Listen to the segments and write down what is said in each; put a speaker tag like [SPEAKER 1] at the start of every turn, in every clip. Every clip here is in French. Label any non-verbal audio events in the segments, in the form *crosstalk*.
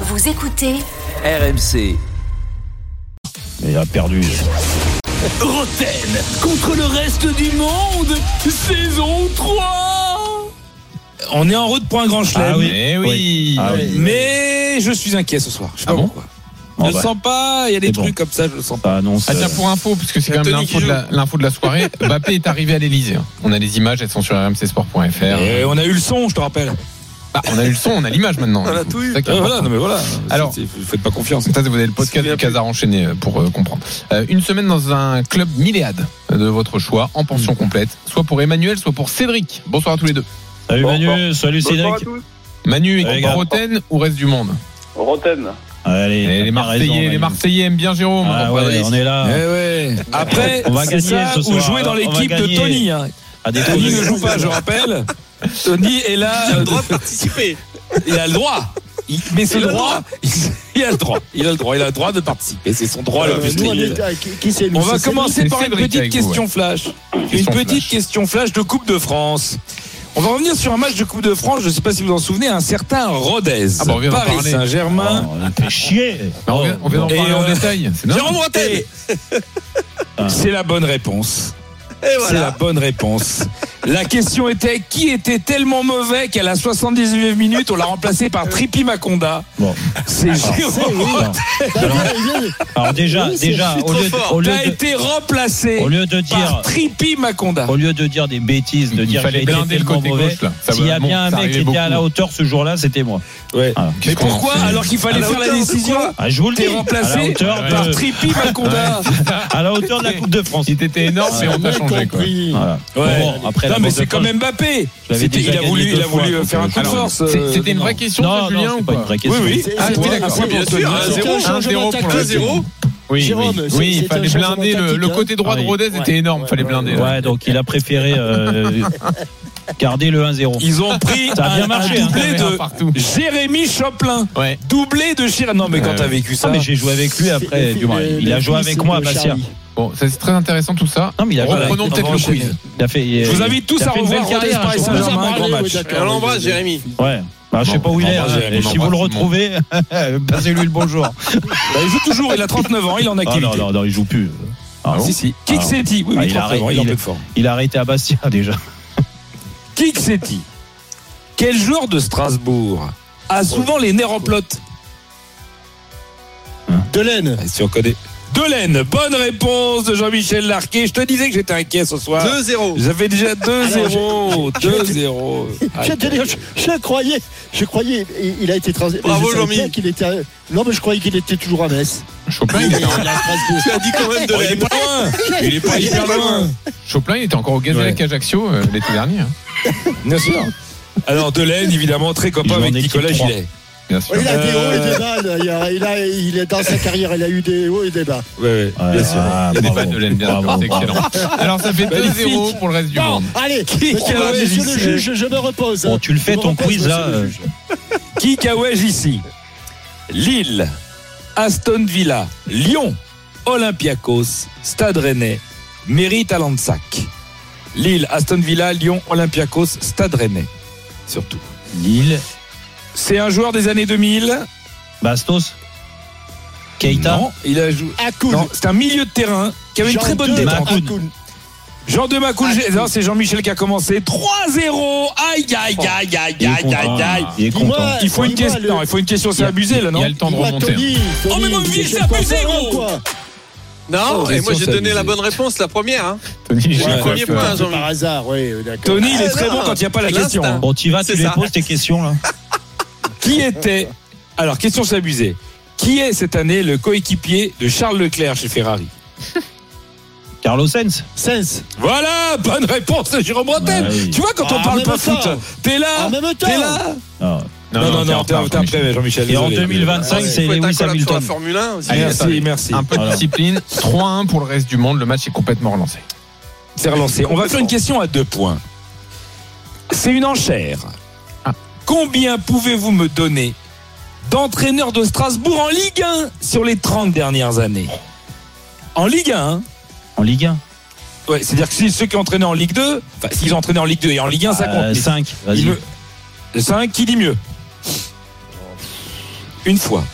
[SPEAKER 1] Vous écoutez
[SPEAKER 2] RMC.
[SPEAKER 3] Il a perdu.
[SPEAKER 2] Roten contre le reste du monde, saison 3
[SPEAKER 4] On est en route pour un grand chelem.
[SPEAKER 3] Ah oui.
[SPEAKER 5] Eh oui.
[SPEAKER 3] Ah oui.
[SPEAKER 4] Mais je suis inquiet ce soir. Je sais
[SPEAKER 5] Ah
[SPEAKER 4] pas
[SPEAKER 5] bon
[SPEAKER 4] pourquoi.
[SPEAKER 3] Oh
[SPEAKER 4] je le
[SPEAKER 3] bah.
[SPEAKER 4] sens pas, il y a des
[SPEAKER 3] C'est
[SPEAKER 4] trucs
[SPEAKER 3] bon.
[SPEAKER 4] comme ça, je le sens pas.
[SPEAKER 3] Ça annonce.
[SPEAKER 5] Ah tiens
[SPEAKER 3] euh,
[SPEAKER 5] pour info puisque c'est quand même l'info de, la, l'info de
[SPEAKER 4] *laughs*
[SPEAKER 5] la soirée Mbappé est arrivé à l'Elysée hein. on a les images elles sont sur rmcsport.fr
[SPEAKER 3] Ah.
[SPEAKER 4] Et on a eu le son, je te rappelle.
[SPEAKER 5] Ah, on a eu le son on a l'image maintenant
[SPEAKER 4] On a tout eu.
[SPEAKER 5] C'est ça qui est
[SPEAKER 4] Ah,
[SPEAKER 5] important.
[SPEAKER 4] voilà, non mais voilà.
[SPEAKER 5] Alors.
[SPEAKER 4] C'est- c'est- vous faites pas confiance.
[SPEAKER 3] Eh
[SPEAKER 5] Ça, vous avez le podcast
[SPEAKER 4] Souviens
[SPEAKER 5] du
[SPEAKER 4] plus.
[SPEAKER 5] Casar enchaîné euh, pour euh, comprendre. Euh, une semaine dans un club milléade de votre choix, en pension
[SPEAKER 4] Mm.
[SPEAKER 5] complète, soit pour Emmanuel, soit pour Cédric. Bonsoir à tous les deux.
[SPEAKER 3] Salut
[SPEAKER 6] Bon,
[SPEAKER 3] Manu, salut
[SPEAKER 6] Bonsoir à
[SPEAKER 3] Cédric.
[SPEAKER 6] tous.
[SPEAKER 5] Manu,
[SPEAKER 3] Allez,
[SPEAKER 5] équipe
[SPEAKER 3] Eh, gars.
[SPEAKER 5] Roten ou reste du monde
[SPEAKER 6] Roten.
[SPEAKER 3] Ah, Allez,
[SPEAKER 5] Et
[SPEAKER 3] t'as
[SPEAKER 5] Les
[SPEAKER 3] bien
[SPEAKER 5] Marseillais,
[SPEAKER 3] raison,
[SPEAKER 5] les
[SPEAKER 3] Manu.
[SPEAKER 5] Marseillais aiment bien Jérôme.
[SPEAKER 3] Ah
[SPEAKER 5] Enfin,
[SPEAKER 3] ouais, on est
[SPEAKER 4] Eh
[SPEAKER 3] là.
[SPEAKER 4] ouais. Après,
[SPEAKER 3] On va
[SPEAKER 4] c'est
[SPEAKER 3] gagner
[SPEAKER 4] ça,
[SPEAKER 3] ce
[SPEAKER 4] ou
[SPEAKER 3] soir.
[SPEAKER 4] jouer dans
[SPEAKER 3] On va
[SPEAKER 4] l'équipe de
[SPEAKER 3] gagner.
[SPEAKER 4] Tony. hein.
[SPEAKER 3] À des
[SPEAKER 4] Tony
[SPEAKER 3] trucs.
[SPEAKER 4] ne joue pas, je rappelle. Tony est là. Il a le droit de participer. *laughs* Il a le droit. Il- mais ce droit, *laughs* il a le droit. Il a le droit. Il a le droit de participer. C'est son droit le
[SPEAKER 7] Euh,
[SPEAKER 4] plus
[SPEAKER 7] nous, on
[SPEAKER 4] strict.
[SPEAKER 7] est- ah, qui- qui c'est, lui
[SPEAKER 4] On
[SPEAKER 7] C'est
[SPEAKER 4] va
[SPEAKER 7] Cédric
[SPEAKER 4] commencer
[SPEAKER 5] c'est
[SPEAKER 4] par une
[SPEAKER 5] Cédric
[SPEAKER 4] petite
[SPEAKER 5] avec vous,
[SPEAKER 4] question flash.
[SPEAKER 5] Question
[SPEAKER 4] une petite
[SPEAKER 5] flash.
[SPEAKER 4] question flash de Coupe de France. On va revenir sur un match de Coupe de France, je ne sais pas si vous en souvenez, un certain Rodez,
[SPEAKER 5] Ah bah, on vient d'en
[SPEAKER 4] Paris
[SPEAKER 5] parler.
[SPEAKER 4] Saint-Germain.
[SPEAKER 3] Oh, on fait chier.
[SPEAKER 5] On vient, on vient d'en
[SPEAKER 4] Et
[SPEAKER 5] parler
[SPEAKER 4] euh,
[SPEAKER 5] en détail. C'est dingue.
[SPEAKER 4] Jérôme Bretagne C'est la bonne réponse. C'est la bonne réponse. La question était qui était tellement mauvais qu'à la 79e minute, on l'a remplacé par Trippi Maconda.
[SPEAKER 3] Bon.
[SPEAKER 4] Ah, C'est
[SPEAKER 7] C'est
[SPEAKER 4] Jérôme.
[SPEAKER 7] lui.
[SPEAKER 3] Alors,
[SPEAKER 5] *laughs*
[SPEAKER 7] Il vient de-
[SPEAKER 3] alors déjà,
[SPEAKER 7] Oui, c'est-
[SPEAKER 3] déjà,
[SPEAKER 7] je suis
[SPEAKER 3] au lieu, de, au, lieu
[SPEAKER 4] T'as
[SPEAKER 3] de,
[SPEAKER 4] été remplacé
[SPEAKER 3] au lieu de
[SPEAKER 4] par
[SPEAKER 3] dire,
[SPEAKER 4] Trippi Maconda.
[SPEAKER 3] au lieu de dire des bêtises, de
[SPEAKER 5] Il
[SPEAKER 3] dire
[SPEAKER 5] fallait
[SPEAKER 3] j'ai été
[SPEAKER 5] blinder le
[SPEAKER 3] tellement
[SPEAKER 5] côté
[SPEAKER 3] mauvais,
[SPEAKER 5] gauche, là. Ça
[SPEAKER 3] S'il y
[SPEAKER 5] va-
[SPEAKER 3] a
[SPEAKER 5] bon,
[SPEAKER 3] bien un
[SPEAKER 5] ça
[SPEAKER 3] mec qui
[SPEAKER 5] arrivait
[SPEAKER 3] était à
[SPEAKER 5] beaucoup.
[SPEAKER 3] la hauteur ce jour-là, c'était moi.
[SPEAKER 4] Mais
[SPEAKER 5] Qu'est-ce qu'on en
[SPEAKER 4] pourquoi,
[SPEAKER 5] fait
[SPEAKER 4] alors qu'il fallait faire la décision
[SPEAKER 3] Ah, je vous le dis.
[SPEAKER 4] T'es remplacé
[SPEAKER 3] Ah, à la hauteur de,
[SPEAKER 4] par Trippi Maconda.
[SPEAKER 3] à la hauteur de la Coupe de France.
[SPEAKER 5] Il était énorme, mais on t'a changé. Quoi.
[SPEAKER 3] Voilà. Bon, bon, après,
[SPEAKER 4] non,
[SPEAKER 3] la
[SPEAKER 4] mais
[SPEAKER 3] Coupe de
[SPEAKER 4] c'est quand
[SPEAKER 3] France-
[SPEAKER 4] même Mbappé.
[SPEAKER 3] Je l'avais
[SPEAKER 4] C'était-
[SPEAKER 3] déjà
[SPEAKER 4] Il a
[SPEAKER 3] gagné
[SPEAKER 4] voulu,
[SPEAKER 3] deux
[SPEAKER 4] il a
[SPEAKER 3] fois,
[SPEAKER 4] voulu
[SPEAKER 3] donc,
[SPEAKER 4] faire un
[SPEAKER 3] je-
[SPEAKER 4] coup de
[SPEAKER 3] Alors,
[SPEAKER 4] force.
[SPEAKER 5] C'est-
[SPEAKER 4] euh,
[SPEAKER 5] C'était une
[SPEAKER 4] non.
[SPEAKER 5] vraie question, ça,
[SPEAKER 3] Non,
[SPEAKER 5] Julien,
[SPEAKER 3] non,
[SPEAKER 5] ou
[SPEAKER 3] c'est pas une
[SPEAKER 5] quoi
[SPEAKER 3] vraie
[SPEAKER 4] Oui,
[SPEAKER 3] question.
[SPEAKER 4] oui.
[SPEAKER 7] C'est-
[SPEAKER 5] Ah,
[SPEAKER 7] c'est
[SPEAKER 5] oui,
[SPEAKER 7] un-
[SPEAKER 5] d'accord.
[SPEAKER 7] c'est un
[SPEAKER 5] Bon,
[SPEAKER 7] changement
[SPEAKER 5] Anthony,
[SPEAKER 7] tactique.
[SPEAKER 5] un
[SPEAKER 7] C'est un changement
[SPEAKER 5] pour
[SPEAKER 7] tactique.
[SPEAKER 5] Anthony. Ah, Oui,
[SPEAKER 7] Jérôme,
[SPEAKER 5] oui,
[SPEAKER 7] c'est-
[SPEAKER 5] oui, il
[SPEAKER 7] c'est un
[SPEAKER 5] fallait
[SPEAKER 7] changement
[SPEAKER 5] blinder. Le,
[SPEAKER 7] tactique,
[SPEAKER 5] le
[SPEAKER 7] hein.
[SPEAKER 5] côté droit de
[SPEAKER 3] Ouais.
[SPEAKER 5] Rodez était énorme, fallait blinder. là.
[SPEAKER 3] Ouais, donc il a préféré euh, garder le 1-0.
[SPEAKER 4] Ils ont pris
[SPEAKER 3] Ça a bien
[SPEAKER 4] un,
[SPEAKER 3] marché,
[SPEAKER 4] un
[SPEAKER 3] hein.
[SPEAKER 4] doublé
[SPEAKER 5] Il y en a partout.
[SPEAKER 4] de Jérémy Chopin.
[SPEAKER 5] Ouais.
[SPEAKER 4] Doublé de Chir. Non, mais quand
[SPEAKER 5] Ouais,
[SPEAKER 4] t'as vécu ça.
[SPEAKER 3] Ah, mais j'ai joué avec lui
[SPEAKER 7] Le
[SPEAKER 3] après.
[SPEAKER 7] fils
[SPEAKER 3] du moins,
[SPEAKER 7] de-
[SPEAKER 3] il a
[SPEAKER 7] le
[SPEAKER 3] joué
[SPEAKER 7] fils
[SPEAKER 3] avec moi à
[SPEAKER 7] de
[SPEAKER 3] Bastia.
[SPEAKER 7] Charlie.
[SPEAKER 5] Bon, ça, c'est très intéressant tout ça.
[SPEAKER 3] Non, mais il a joué.
[SPEAKER 5] Reprenons peut-être le
[SPEAKER 4] revanche,
[SPEAKER 5] quiz.
[SPEAKER 3] Il a fait,
[SPEAKER 4] Je vous invite tous
[SPEAKER 3] il a
[SPEAKER 4] à
[SPEAKER 3] fait une belle
[SPEAKER 4] revoir Rodez
[SPEAKER 3] carrière,
[SPEAKER 4] Paris
[SPEAKER 3] je trouve.
[SPEAKER 4] Saint-Germain. Un grand match.
[SPEAKER 7] On l'embrasse, Jérémy.
[SPEAKER 3] Ouais. Bah, je sais pas où il est.
[SPEAKER 5] Bon,
[SPEAKER 3] hein.
[SPEAKER 5] on
[SPEAKER 3] Si vous
[SPEAKER 5] embrasse
[SPEAKER 3] le
[SPEAKER 5] tout le
[SPEAKER 3] retrouvez, passez-lui le bonjour.
[SPEAKER 4] Bah, il joue toujours, il a 39 ans, il est en
[SPEAKER 3] Ah,
[SPEAKER 4] activité.
[SPEAKER 3] non, non, non, il joue plus. Ah, bon
[SPEAKER 4] Si, si.
[SPEAKER 3] Ah, non.
[SPEAKER 4] Kiksetti. Oui,
[SPEAKER 3] Ah,
[SPEAKER 4] oui,
[SPEAKER 3] il a
[SPEAKER 4] 39 ans, il est en
[SPEAKER 3] arrêté.
[SPEAKER 4] pleine forme.
[SPEAKER 3] Il a arrêté à Bastia déjà.
[SPEAKER 4] Kiksetti. Quel joueur de Strasbourg a souvent les nerfs en pelote
[SPEAKER 3] Bah,
[SPEAKER 7] Delaine.
[SPEAKER 4] Ah, Si on connaît. Delaine, bonne réponse de Jean-Michel Larquet. Je te disais que j'étais inquiet ce soir. 2-0. J'avais déjà *laughs* 2-0. 2-0.
[SPEAKER 7] Je, je- je croyais, je croyais, il- il a été trans. Bravo Jean-Mi. Qu'il était. à- Non mais je croyais qu'il était toujours à Metz.
[SPEAKER 5] Chopin, il
[SPEAKER 7] Il
[SPEAKER 5] était,
[SPEAKER 7] est à Strasbourg.
[SPEAKER 4] Oh, il est pas loin. Il est pas hyper loin.
[SPEAKER 5] Chopin, il était encore au Gazélec Ajaccio euh, l'été dernier. hein.
[SPEAKER 4] Bien sûr. Alors, Delaine, évidemment, très
[SPEAKER 3] Il
[SPEAKER 4] copain
[SPEAKER 3] joue en
[SPEAKER 4] avec
[SPEAKER 3] équipe
[SPEAKER 4] Nicolas
[SPEAKER 3] trois.
[SPEAKER 4] Gillet.
[SPEAKER 5] Bien sûr.
[SPEAKER 7] Il a des hauts et
[SPEAKER 4] Euh.
[SPEAKER 7] des bas. là. Il a, il a- il est dans sa carrière, il a eu des hauts et des bas.
[SPEAKER 4] Ouais, ouais.
[SPEAKER 3] Ouais, ah,
[SPEAKER 5] Il y a des
[SPEAKER 3] bravo.
[SPEAKER 5] vannes de laine, bien sûr,
[SPEAKER 3] Bravo,
[SPEAKER 5] c'est
[SPEAKER 3] bravo.
[SPEAKER 5] excellent. Alors, ça fait 2-0 pour le reste du
[SPEAKER 7] Bon,
[SPEAKER 5] monde.
[SPEAKER 7] allez,
[SPEAKER 4] Ah, Qui-
[SPEAKER 7] monsieur,
[SPEAKER 4] quel âge
[SPEAKER 7] monsieur
[SPEAKER 4] il
[SPEAKER 7] le
[SPEAKER 4] est
[SPEAKER 7] juge, je me repose.
[SPEAKER 3] Bon, tu le fais,
[SPEAKER 7] Je me
[SPEAKER 3] ton
[SPEAKER 7] repose,
[SPEAKER 3] quiz,
[SPEAKER 7] monsieur
[SPEAKER 3] là,
[SPEAKER 7] le
[SPEAKER 3] euh,
[SPEAKER 7] juge.
[SPEAKER 4] Qui Kawaj ici Lille, Aston Villa, Lyon, Olympiakos, Stade Rennais, Mérite à Lansac. Lille, Aston Villa, Lyon, Olympiakos, Stade Rennais. Surtout.
[SPEAKER 3] Lille,
[SPEAKER 4] C'est un joueur des années 2000.
[SPEAKER 3] Bastos, Keita.
[SPEAKER 4] Non, il a joué.
[SPEAKER 7] Akoun.
[SPEAKER 4] Non, c'est un milieu de terrain qui avait une
[SPEAKER 7] Jean
[SPEAKER 4] très bonne
[SPEAKER 7] de
[SPEAKER 4] détente.
[SPEAKER 7] Akoun.
[SPEAKER 4] Jean de Macoul,
[SPEAKER 3] Ah,
[SPEAKER 4] j'ai- non, c'est Jean-Michel qui a commencé. 3-0. Aïe, aïe, aïe, aïe,
[SPEAKER 3] Oh, Il est
[SPEAKER 4] aïe, aïe, aïe.
[SPEAKER 3] content. hein. Il est
[SPEAKER 7] Dis-moi,
[SPEAKER 3] content.
[SPEAKER 4] Il faut une
[SPEAKER 7] dis-moi
[SPEAKER 4] question.
[SPEAKER 7] le-
[SPEAKER 4] Non, il faut une question, c'est
[SPEAKER 3] Il y a-
[SPEAKER 4] abusé là,
[SPEAKER 5] Il y a
[SPEAKER 4] non
[SPEAKER 5] le temps de
[SPEAKER 7] Dis-moi,
[SPEAKER 5] remonter. hein.
[SPEAKER 7] Tony,
[SPEAKER 4] Oh, mais mon
[SPEAKER 7] Tony,
[SPEAKER 4] vieux,
[SPEAKER 7] je
[SPEAKER 4] c'est
[SPEAKER 7] comprends
[SPEAKER 4] abusé,
[SPEAKER 7] rien,
[SPEAKER 4] gros.
[SPEAKER 7] quoi.
[SPEAKER 4] Oh,
[SPEAKER 8] Non, Ah, et moi
[SPEAKER 4] question,
[SPEAKER 8] j'ai
[SPEAKER 4] c'est
[SPEAKER 8] donné la
[SPEAKER 4] abusé.
[SPEAKER 8] bonne réponse, la première. Hein.
[SPEAKER 5] Tony,
[SPEAKER 4] Ouais,
[SPEAKER 5] j'ai cru
[SPEAKER 8] Premier
[SPEAKER 5] que-
[SPEAKER 8] point,
[SPEAKER 7] C'est
[SPEAKER 8] Jean-Mi.
[SPEAKER 7] par hasard, oui, d'accord.
[SPEAKER 4] Tony, il est
[SPEAKER 8] Ah,
[SPEAKER 4] très
[SPEAKER 8] non,
[SPEAKER 4] bon quand il n'y a pas la
[SPEAKER 8] l'instinct.
[SPEAKER 4] question. hein.
[SPEAKER 3] Bon, tu vas, tu
[SPEAKER 8] C'est
[SPEAKER 3] les
[SPEAKER 8] ça.
[SPEAKER 3] poses tes
[SPEAKER 4] *laughs*
[SPEAKER 3] questions là.
[SPEAKER 4] Qui était. Alors, question s'abuser. Qui est cette année le coéquipier de Charles Leclerc chez Ferrari
[SPEAKER 3] Carlos Sainz.
[SPEAKER 7] Sens.
[SPEAKER 4] Voilà, bonne réponse de Jérôme Bretel.
[SPEAKER 3] Ah oui.
[SPEAKER 4] Tu vois, quand on
[SPEAKER 7] Ah,
[SPEAKER 4] parle
[SPEAKER 7] en
[SPEAKER 4] pas
[SPEAKER 7] même
[SPEAKER 4] foot,
[SPEAKER 7] temps.
[SPEAKER 4] t'es là,
[SPEAKER 8] Ah,
[SPEAKER 7] En même temps.
[SPEAKER 4] t'es là.
[SPEAKER 3] Ah.
[SPEAKER 4] Non, non,
[SPEAKER 5] t'es
[SPEAKER 4] non,
[SPEAKER 5] en
[SPEAKER 4] t'es
[SPEAKER 5] retard,
[SPEAKER 4] t'es après, Jean-Michel.
[SPEAKER 3] Et en
[SPEAKER 4] désolé.
[SPEAKER 3] 2025,
[SPEAKER 8] Il faut
[SPEAKER 3] c'est
[SPEAKER 8] être
[SPEAKER 3] Lewis
[SPEAKER 8] incollable sur la
[SPEAKER 3] Hamilton.
[SPEAKER 8] Formule 1 aussi.
[SPEAKER 5] Allez,
[SPEAKER 4] Merci,
[SPEAKER 5] attendez.
[SPEAKER 4] merci.
[SPEAKER 5] Un peu de
[SPEAKER 3] Voilà.
[SPEAKER 5] discipline. 3-1 pour le reste du monde. Le match est complètement relancé.
[SPEAKER 4] C'est relancé. On va faire une question à deux points. C'est une enchère.
[SPEAKER 5] Ah.
[SPEAKER 4] Combien pouvez-vous me donner d'entraîneurs de Strasbourg en Ligue 1 sur les 30 dernières années En Ligue 1, hein
[SPEAKER 3] En Ligue 1.
[SPEAKER 4] Ouais, c'est-à-dire que si ceux qui ont entraîné en Ligue 2, enfin s'ils ont entraîné en Ligue 2 et en Ligue 1,
[SPEAKER 3] Euh,
[SPEAKER 4] ça compte.
[SPEAKER 3] 5.
[SPEAKER 4] Mais
[SPEAKER 3] Vas-y.
[SPEAKER 4] il me- 5, qui dit mieux une fois.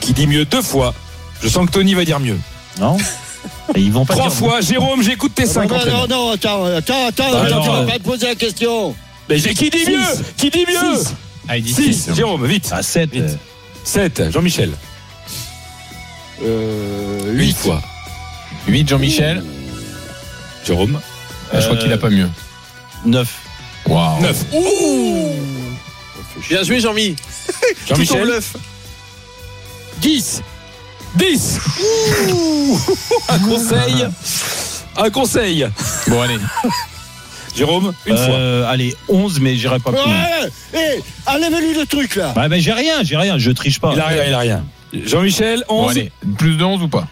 [SPEAKER 4] Qui dit mieux deux fois. Je sens que Tony va dire mieux.
[SPEAKER 3] Non Et Ils vont pas
[SPEAKER 4] Trois
[SPEAKER 3] dire-
[SPEAKER 4] fois. Jérôme, j'écoute
[SPEAKER 7] Ah,
[SPEAKER 4] tes cinq.
[SPEAKER 7] non,
[SPEAKER 4] entraîneur.
[SPEAKER 7] non, non, attends, attends, attends,
[SPEAKER 3] Bah,
[SPEAKER 7] attends,
[SPEAKER 3] alors,
[SPEAKER 7] tu
[SPEAKER 3] euh,
[SPEAKER 7] vas pas te poser la question.
[SPEAKER 4] Mais j'ai- qui dit
[SPEAKER 7] Six.
[SPEAKER 4] mieux Qui dit mieux
[SPEAKER 5] Ah, il dit
[SPEAKER 4] Six.
[SPEAKER 3] hein.
[SPEAKER 4] Jérôme, vite.
[SPEAKER 3] À 7.
[SPEAKER 4] Vite. hein. Sept. Jean-Michel.
[SPEAKER 7] Euh,
[SPEAKER 4] Huit fois.
[SPEAKER 5] 8, Jean-Michel.
[SPEAKER 4] Jérôme.
[SPEAKER 5] Ah, Je crois
[SPEAKER 3] Euh,
[SPEAKER 5] qu'il a pas mieux.
[SPEAKER 3] 9.
[SPEAKER 5] Waouh.
[SPEAKER 4] Neuf.
[SPEAKER 1] Bien
[SPEAKER 4] *laughs*
[SPEAKER 1] joué, Jean-Mi. Tout en
[SPEAKER 4] Jean-Michel.
[SPEAKER 1] bluff.
[SPEAKER 4] 10 10 *laughs* Un conseil Un conseil
[SPEAKER 5] Bon, allez.
[SPEAKER 4] Jérôme, une
[SPEAKER 3] Euh,
[SPEAKER 4] fois.
[SPEAKER 3] Allez, 11, mais j'irai pas plus. loin.
[SPEAKER 7] Ouais, hé, enlève-lui le truc là.
[SPEAKER 3] Ouais, mais j'ai rien, j'ai rien, je triche pas.
[SPEAKER 4] Il a rien, il a rien. Jean-Michel,
[SPEAKER 5] Bon,
[SPEAKER 4] 11
[SPEAKER 5] allez. Plus de 11 ou pas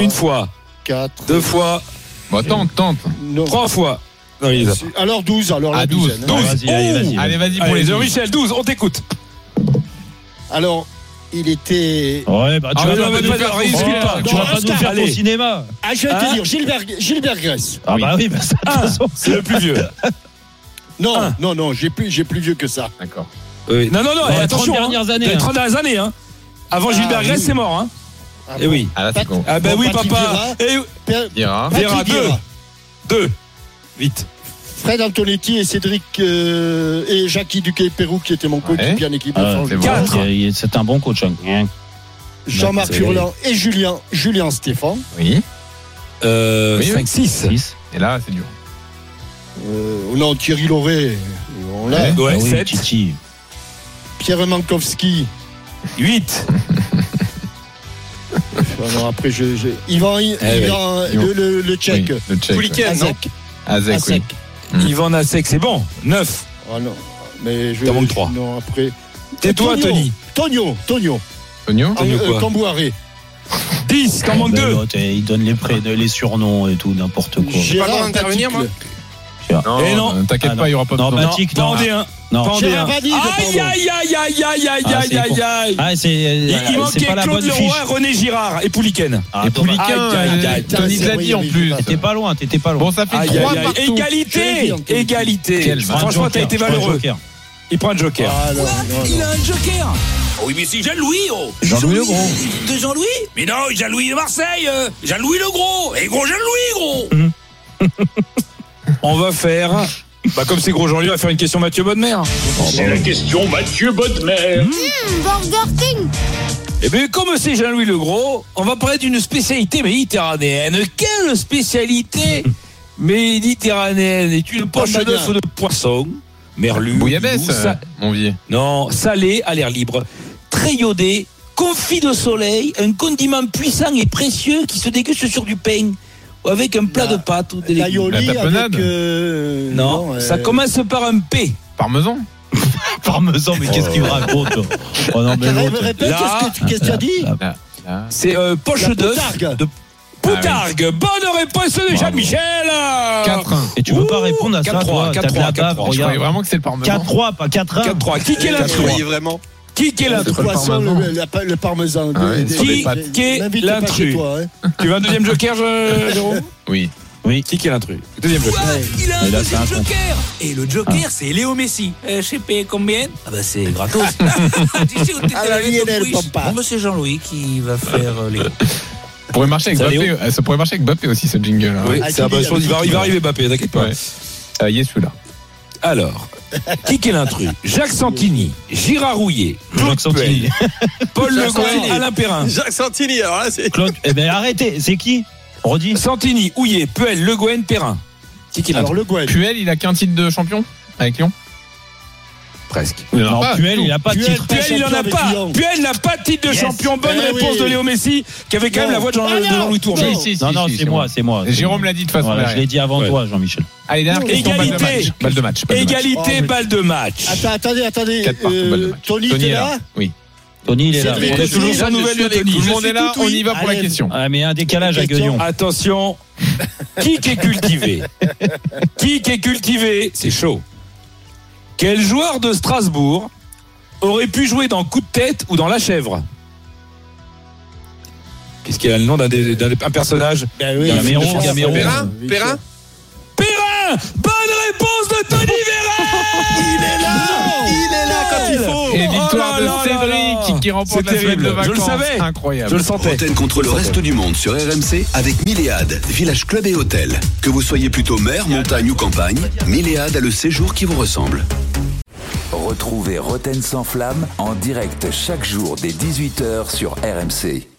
[SPEAKER 4] une fois,
[SPEAKER 7] 4,
[SPEAKER 4] deux fois,
[SPEAKER 5] Bon, tente, tente.
[SPEAKER 4] trois fois. Non, il les a pas.
[SPEAKER 7] Alors 12, alors
[SPEAKER 5] Ah,
[SPEAKER 7] la
[SPEAKER 5] 12,
[SPEAKER 7] douzaine, hein.
[SPEAKER 3] Ouais,
[SPEAKER 4] 12.
[SPEAKER 3] Vas-y, allez, vas-y.
[SPEAKER 5] Allez, vas-y pour
[SPEAKER 4] Allez,
[SPEAKER 5] les amis.
[SPEAKER 4] Jean-Michel, 12, on t'écoute.
[SPEAKER 7] Alors, il était.
[SPEAKER 3] Ouais, bah, tu
[SPEAKER 4] Ah,
[SPEAKER 3] vas
[SPEAKER 4] mais
[SPEAKER 3] pas
[SPEAKER 4] non, mais
[SPEAKER 3] nous
[SPEAKER 4] pas-
[SPEAKER 3] faire-
[SPEAKER 4] risque
[SPEAKER 3] Ouais,
[SPEAKER 4] pas.
[SPEAKER 3] tu
[SPEAKER 7] Non,
[SPEAKER 3] vas pas nous
[SPEAKER 7] risque
[SPEAKER 3] faire
[SPEAKER 4] pas.
[SPEAKER 3] ton
[SPEAKER 4] Allez.
[SPEAKER 3] cinéma.
[SPEAKER 7] Ah, je vais
[SPEAKER 4] Hein
[SPEAKER 7] te dire, Gilbert, Gilbert Grèce.
[SPEAKER 3] Ah bah oui, bah ça, de toute
[SPEAKER 4] Un.
[SPEAKER 3] façon.
[SPEAKER 4] C'est le plus vieux.
[SPEAKER 7] Non,
[SPEAKER 4] Hein.
[SPEAKER 7] non, non, j'ai plus, j'ai plus vieux que ça.
[SPEAKER 5] D'accord.
[SPEAKER 4] Oui. Non, non, non,
[SPEAKER 3] Dans les
[SPEAKER 4] et
[SPEAKER 3] 30
[SPEAKER 4] attention. hein.
[SPEAKER 3] dernières
[SPEAKER 4] Dans
[SPEAKER 3] années.
[SPEAKER 4] les 30 dernières années. hein. Avant
[SPEAKER 7] Ah,
[SPEAKER 4] Gilbert Grèce,
[SPEAKER 7] oui.
[SPEAKER 4] c'est mort. Hein.
[SPEAKER 7] Ah
[SPEAKER 4] Eh
[SPEAKER 7] bon.
[SPEAKER 4] oui.
[SPEAKER 5] Ah là, c'est
[SPEAKER 7] Pat-
[SPEAKER 5] con.
[SPEAKER 4] Ah ben
[SPEAKER 7] Bon,
[SPEAKER 4] oui,
[SPEAKER 7] Patrick
[SPEAKER 4] papa. Et
[SPEAKER 7] Per-
[SPEAKER 5] Dira.
[SPEAKER 7] Patrick
[SPEAKER 4] Vera, deux.
[SPEAKER 7] Vieira,
[SPEAKER 4] 2. Vite.
[SPEAKER 7] Fred Antonetti et Cédric euh, et Jackie Duquet-Pérou qui était mon coach
[SPEAKER 5] Ouais.
[SPEAKER 7] en équipe de
[SPEAKER 3] Ah,
[SPEAKER 7] France.
[SPEAKER 5] c'est bon.
[SPEAKER 4] Quatre.
[SPEAKER 3] C'est- C'est un bon coach. hein.
[SPEAKER 7] Jean-Marc
[SPEAKER 4] C'est-
[SPEAKER 7] Furlan et Julien, Julien Stéphane.
[SPEAKER 5] Oui.
[SPEAKER 4] Euh,
[SPEAKER 5] Oui, oui.
[SPEAKER 4] 5, 6.
[SPEAKER 3] Six.
[SPEAKER 5] Et là, c'est dur.
[SPEAKER 7] Euh, non, Thierry Lauré. On l'a.
[SPEAKER 4] Ouais,
[SPEAKER 3] Ah oui,
[SPEAKER 4] 7.
[SPEAKER 3] Titi.
[SPEAKER 7] Pierre Mankowski.
[SPEAKER 4] 8.
[SPEAKER 7] Alors après, je, je- Ivan,
[SPEAKER 4] oui.
[SPEAKER 7] Ivan,
[SPEAKER 5] Ivan.
[SPEAKER 7] le, le- le tchèque. Ah,
[SPEAKER 5] Oui, le check.
[SPEAKER 1] Pouliken,
[SPEAKER 7] Azek.
[SPEAKER 1] non
[SPEAKER 5] Azek, oui.
[SPEAKER 7] Azek.
[SPEAKER 5] Mm.
[SPEAKER 4] Yvan Asek, c'est bon. 9.
[SPEAKER 7] Ah non. Mais je
[SPEAKER 4] T'en manques trois.
[SPEAKER 7] Non, après.
[SPEAKER 4] Tais-toi, Tony.
[SPEAKER 7] Tonio, Tonio.
[SPEAKER 5] Tonio
[SPEAKER 7] Ah,
[SPEAKER 4] Tonio
[SPEAKER 7] euh,
[SPEAKER 4] quoi
[SPEAKER 7] Tambouaré.
[SPEAKER 4] 10. T'en manques
[SPEAKER 3] Ben,
[SPEAKER 4] 2.
[SPEAKER 3] l'autre, eh, Il donne les prénoms, les surnoms et tout, n'importe quoi.
[SPEAKER 1] pas le droit
[SPEAKER 7] Gérard
[SPEAKER 1] d'intervenir,
[SPEAKER 7] Baticle.
[SPEAKER 4] Eh non.
[SPEAKER 5] euh, T'inquiète
[SPEAKER 3] Ah,
[SPEAKER 5] pas, il n'y aura pas de
[SPEAKER 3] Non,
[SPEAKER 5] temps.
[SPEAKER 3] bah, Matic,
[SPEAKER 4] pas
[SPEAKER 3] non.
[SPEAKER 4] en D1.
[SPEAKER 3] Non.
[SPEAKER 4] Pas en
[SPEAKER 7] Gérard
[SPEAKER 4] D1.
[SPEAKER 7] Vadide,
[SPEAKER 4] Aïe,
[SPEAKER 7] pardon.
[SPEAKER 4] aïe, aïe, aïe, aïe, aïe,
[SPEAKER 3] Ah,
[SPEAKER 4] aïe,
[SPEAKER 3] c'est
[SPEAKER 4] aïe,
[SPEAKER 3] con.
[SPEAKER 4] aïe.
[SPEAKER 3] Ah, c'est
[SPEAKER 4] Il, il
[SPEAKER 3] euh, c'est
[SPEAKER 4] manquait
[SPEAKER 3] pas la
[SPEAKER 4] Claude
[SPEAKER 3] bonne fiche.
[SPEAKER 4] Leroy, René Girard et Pouliken.
[SPEAKER 3] Ah,
[SPEAKER 5] Et
[SPEAKER 3] dommage.
[SPEAKER 5] Pouliken,
[SPEAKER 4] Aïe, aïe, aïe,
[SPEAKER 5] euh, Tony
[SPEAKER 7] aïe,
[SPEAKER 5] te l'a
[SPEAKER 7] aïe,
[SPEAKER 5] dit en
[SPEAKER 7] aïe,
[SPEAKER 5] plus.
[SPEAKER 7] aïe,
[SPEAKER 3] T'étais pas loin, t'étais pas loin.
[SPEAKER 5] Bon, ça fait
[SPEAKER 4] Aïe,
[SPEAKER 5] 3
[SPEAKER 4] aïe, aïe.
[SPEAKER 5] partout.
[SPEAKER 7] Je l'ai dit,
[SPEAKER 4] Égalité
[SPEAKER 7] en plus.
[SPEAKER 4] Égalité
[SPEAKER 5] Quel
[SPEAKER 3] Je prends un
[SPEAKER 4] Franchement, t'as
[SPEAKER 3] joker,
[SPEAKER 4] été
[SPEAKER 3] je prends un
[SPEAKER 4] valeureux.
[SPEAKER 3] joker.
[SPEAKER 4] Il prend un joker.
[SPEAKER 7] Ah, non,
[SPEAKER 2] Quoi
[SPEAKER 7] non,
[SPEAKER 2] Il
[SPEAKER 7] non.
[SPEAKER 2] a un joker Oui, mais si Jean-Louis, oh
[SPEAKER 3] Jean-Louis le Gros.
[SPEAKER 2] De Jean-Louis Mais non, Jean-Louis de Marseille euh, Jean-Louis le Gros Et gros Jean-Louis, gros
[SPEAKER 4] *laughs* On va faire. Bah, comme c'est gros Jean-Louis, on va faire une question Mathieu Bonnemer.
[SPEAKER 6] C'est la question Mathieu Bodmer.
[SPEAKER 4] Eh bien, comme c'est Jean-Louis le Gros, on va parler d'une spécialité méditerranéenne. Quelle spécialité méditerranéenne Est une poche
[SPEAKER 7] Pambagna.
[SPEAKER 4] d'œuf de poisson Merlu.
[SPEAKER 5] Bouillabaisse,
[SPEAKER 4] hibou,
[SPEAKER 5] euh,
[SPEAKER 4] sa-
[SPEAKER 5] mon vieux.
[SPEAKER 4] Non, salé à l'air libre. Très iodé, confit de soleil, un condiment puissant et précieux qui se déguste sur du pain ou avec un plat de
[SPEAKER 7] La-
[SPEAKER 4] pâtes ou des légumes.
[SPEAKER 7] L'aioli
[SPEAKER 5] La tapenade.
[SPEAKER 7] avec. euh,
[SPEAKER 4] Non,
[SPEAKER 7] euh,
[SPEAKER 4] ça commence par un P.
[SPEAKER 5] Parmesan
[SPEAKER 3] Parmesan, mais qu'est-ce qu'il me raconte Oh non, mais
[SPEAKER 7] Répète,
[SPEAKER 3] l'autre.
[SPEAKER 7] répète,
[SPEAKER 4] Là.
[SPEAKER 7] qu'est-ce que tu- qu'est-ce que tu as dit
[SPEAKER 5] Ah,
[SPEAKER 4] C'est euh, poche
[SPEAKER 7] La
[SPEAKER 4] d'œuf.
[SPEAKER 7] poutargue.
[SPEAKER 4] De poutargue. Bonne réponse de Jean-Michel.
[SPEAKER 5] 4-1.
[SPEAKER 3] Et tu veux pas
[SPEAKER 4] Ouh,
[SPEAKER 3] répondre à ça,
[SPEAKER 4] 4-3,
[SPEAKER 3] toi T'as de la
[SPEAKER 4] 4-3,
[SPEAKER 3] bave,
[SPEAKER 4] 4-3,
[SPEAKER 5] Je croyais
[SPEAKER 3] Oh, regarde.
[SPEAKER 5] vraiment que c'est le parmesan.
[SPEAKER 3] 4-3, pas 4-1.
[SPEAKER 4] 4-3. Qui est
[SPEAKER 8] Ah,
[SPEAKER 1] T'as
[SPEAKER 4] l'intrus
[SPEAKER 1] trouvé vraiment.
[SPEAKER 4] Qui est
[SPEAKER 7] *laughs* Le
[SPEAKER 4] l'intrus
[SPEAKER 5] pas le
[SPEAKER 7] poisson,
[SPEAKER 5] parmesan.
[SPEAKER 7] le, la- le parmesan.
[SPEAKER 5] Ah ouais,
[SPEAKER 7] Des-
[SPEAKER 5] sur
[SPEAKER 7] des-
[SPEAKER 5] les
[SPEAKER 7] des-
[SPEAKER 4] pattes. Qui
[SPEAKER 7] m'invite
[SPEAKER 4] est
[SPEAKER 7] pas
[SPEAKER 4] l'intrus
[SPEAKER 7] chez toi, hein.
[SPEAKER 4] Tu veux un deuxième joker, je- Jérôme
[SPEAKER 5] Oui.
[SPEAKER 4] Qui est l'intrus Deuxième joker.
[SPEAKER 2] Quoi Il a un
[SPEAKER 3] Mais là,
[SPEAKER 2] deuxième
[SPEAKER 3] c'est un con.
[SPEAKER 2] joker Et le joker,
[SPEAKER 4] Ah.
[SPEAKER 2] c'est Léo Messi. Euh, je sais pas combien Ah bah c'est *laughs* gratos. tu sais où t'étais
[SPEAKER 7] Ah, la
[SPEAKER 2] avec
[SPEAKER 7] Lionel
[SPEAKER 2] Bruce
[SPEAKER 7] Pampa.
[SPEAKER 2] Bon bah c'est Jean-Louis qui va faire euh, les...
[SPEAKER 5] Ça pourrait marcher avec
[SPEAKER 4] Ça, Léo
[SPEAKER 5] Bappé. euh, Ça pourrait marcher avec Bappé aussi, ce jingle. hein.
[SPEAKER 4] Oui,
[SPEAKER 7] Ah,
[SPEAKER 4] c'est un
[SPEAKER 7] qui
[SPEAKER 4] bon
[SPEAKER 7] dit,
[SPEAKER 4] choix. Il va, il va arriver, Mbappé, t'inquiète pas.
[SPEAKER 5] Ouais. Ah, il est celui-là.
[SPEAKER 4] Alors, qui est l'intrus Jacques Santini, Girard Rouillet, Claude
[SPEAKER 3] Jacques Santini.
[SPEAKER 4] Puel, Paul
[SPEAKER 1] Jacques
[SPEAKER 4] Le Guen,
[SPEAKER 1] Santini.
[SPEAKER 4] Alain Perrin.
[SPEAKER 1] Jacques Santini, alors là, c'est.
[SPEAKER 3] Claude, eh ben arrêtez, c'est qui Redis.
[SPEAKER 4] Santini, Houillet, Puel, Le Guen, Perrin. Qui est
[SPEAKER 7] Alors
[SPEAKER 4] l'intrus
[SPEAKER 7] le Gwen.
[SPEAKER 5] Puel, il a qu'un titre de champion avec Lyon
[SPEAKER 4] Presque.
[SPEAKER 3] Non,
[SPEAKER 5] pas
[SPEAKER 3] Puel,
[SPEAKER 5] tout.
[SPEAKER 3] il a pas de
[SPEAKER 7] Puel,
[SPEAKER 3] titre.
[SPEAKER 7] pas
[SPEAKER 4] Puel, il en
[SPEAKER 7] champion
[SPEAKER 4] a
[SPEAKER 7] avec
[SPEAKER 4] pas.
[SPEAKER 7] Lyon.
[SPEAKER 4] Puel n'a pas de titre de
[SPEAKER 3] Yes.
[SPEAKER 4] champion. Bonne
[SPEAKER 7] Eh
[SPEAKER 4] réponse
[SPEAKER 7] oui.
[SPEAKER 4] de Léo Messi, qui avait quand même
[SPEAKER 7] Non.
[SPEAKER 4] la voix de Jean-
[SPEAKER 7] Ah,
[SPEAKER 4] de
[SPEAKER 7] non.
[SPEAKER 4] Jean-Louis Touré.
[SPEAKER 7] Non.
[SPEAKER 3] Non, non, c'est moi, c'est moi. c'est
[SPEAKER 5] Jérôme
[SPEAKER 3] moi.
[SPEAKER 5] l'a dit de façon
[SPEAKER 3] Voilà,
[SPEAKER 5] derrière.
[SPEAKER 3] je l'ai dit avant
[SPEAKER 4] Ouais.
[SPEAKER 3] toi, Jean-Michel.
[SPEAKER 5] Allez, dernière question, balle de
[SPEAKER 4] Égalité.
[SPEAKER 5] match. Balle de match. balle de match.
[SPEAKER 4] Égalité,
[SPEAKER 7] Oh, mais-
[SPEAKER 4] balle de match.
[SPEAKER 7] Attends, attendez, attendez.
[SPEAKER 5] Quatre partout,
[SPEAKER 7] Euh,
[SPEAKER 5] balle de match.
[SPEAKER 7] Tony,
[SPEAKER 5] Tony
[SPEAKER 7] t'es
[SPEAKER 5] est
[SPEAKER 7] là
[SPEAKER 5] là. Oui.
[SPEAKER 3] Tony, il est là.
[SPEAKER 7] Cédric
[SPEAKER 3] On est toujours-
[SPEAKER 4] Toujours
[SPEAKER 7] Gilles,
[SPEAKER 4] sans nouvelle de
[SPEAKER 1] avec
[SPEAKER 4] Tony.
[SPEAKER 5] Tout le monde
[SPEAKER 1] suis
[SPEAKER 5] est là,
[SPEAKER 1] tout
[SPEAKER 5] on
[SPEAKER 1] oui.
[SPEAKER 5] y va pour la
[SPEAKER 7] Allez.
[SPEAKER 5] question.
[SPEAKER 3] Ah, mais un décalage à
[SPEAKER 7] Question.
[SPEAKER 3] Gueugnon.
[SPEAKER 4] Attention, qui qui est cultivé Qui qui est cultivé C'est chaud. Quel joueur de Strasbourg aurait pu jouer dans Coup de tête ou dans La Chèvre Qu'est-ce qu'il y a le nom d'un des- d'un des- un personnage
[SPEAKER 7] Ben oui,
[SPEAKER 3] Gamero,
[SPEAKER 7] je pense.
[SPEAKER 3] Gamero.
[SPEAKER 1] Perrin
[SPEAKER 7] Oui,
[SPEAKER 1] Perrin
[SPEAKER 4] Perrin Bonne réponse de Tony
[SPEAKER 1] Il est là Il est là quand il faut
[SPEAKER 5] Et victoire
[SPEAKER 4] Oh là là
[SPEAKER 5] de
[SPEAKER 4] là là.
[SPEAKER 5] Cédric qui remporte
[SPEAKER 4] C'est
[SPEAKER 5] la semaine
[SPEAKER 4] terrible.
[SPEAKER 5] de
[SPEAKER 4] Je
[SPEAKER 5] vacances.
[SPEAKER 4] le savais.
[SPEAKER 5] Incroyable.
[SPEAKER 4] Je le sentais.
[SPEAKER 8] Roten contre le reste du monde sur RMC avec Milléade, village club et hôtel. Que vous soyez plutôt mer, montagne ou campagne, Milléade a le séjour qui vous ressemble.
[SPEAKER 9] Retrouvez Roten sans flamme en direct chaque jour dès 18h sur RMC.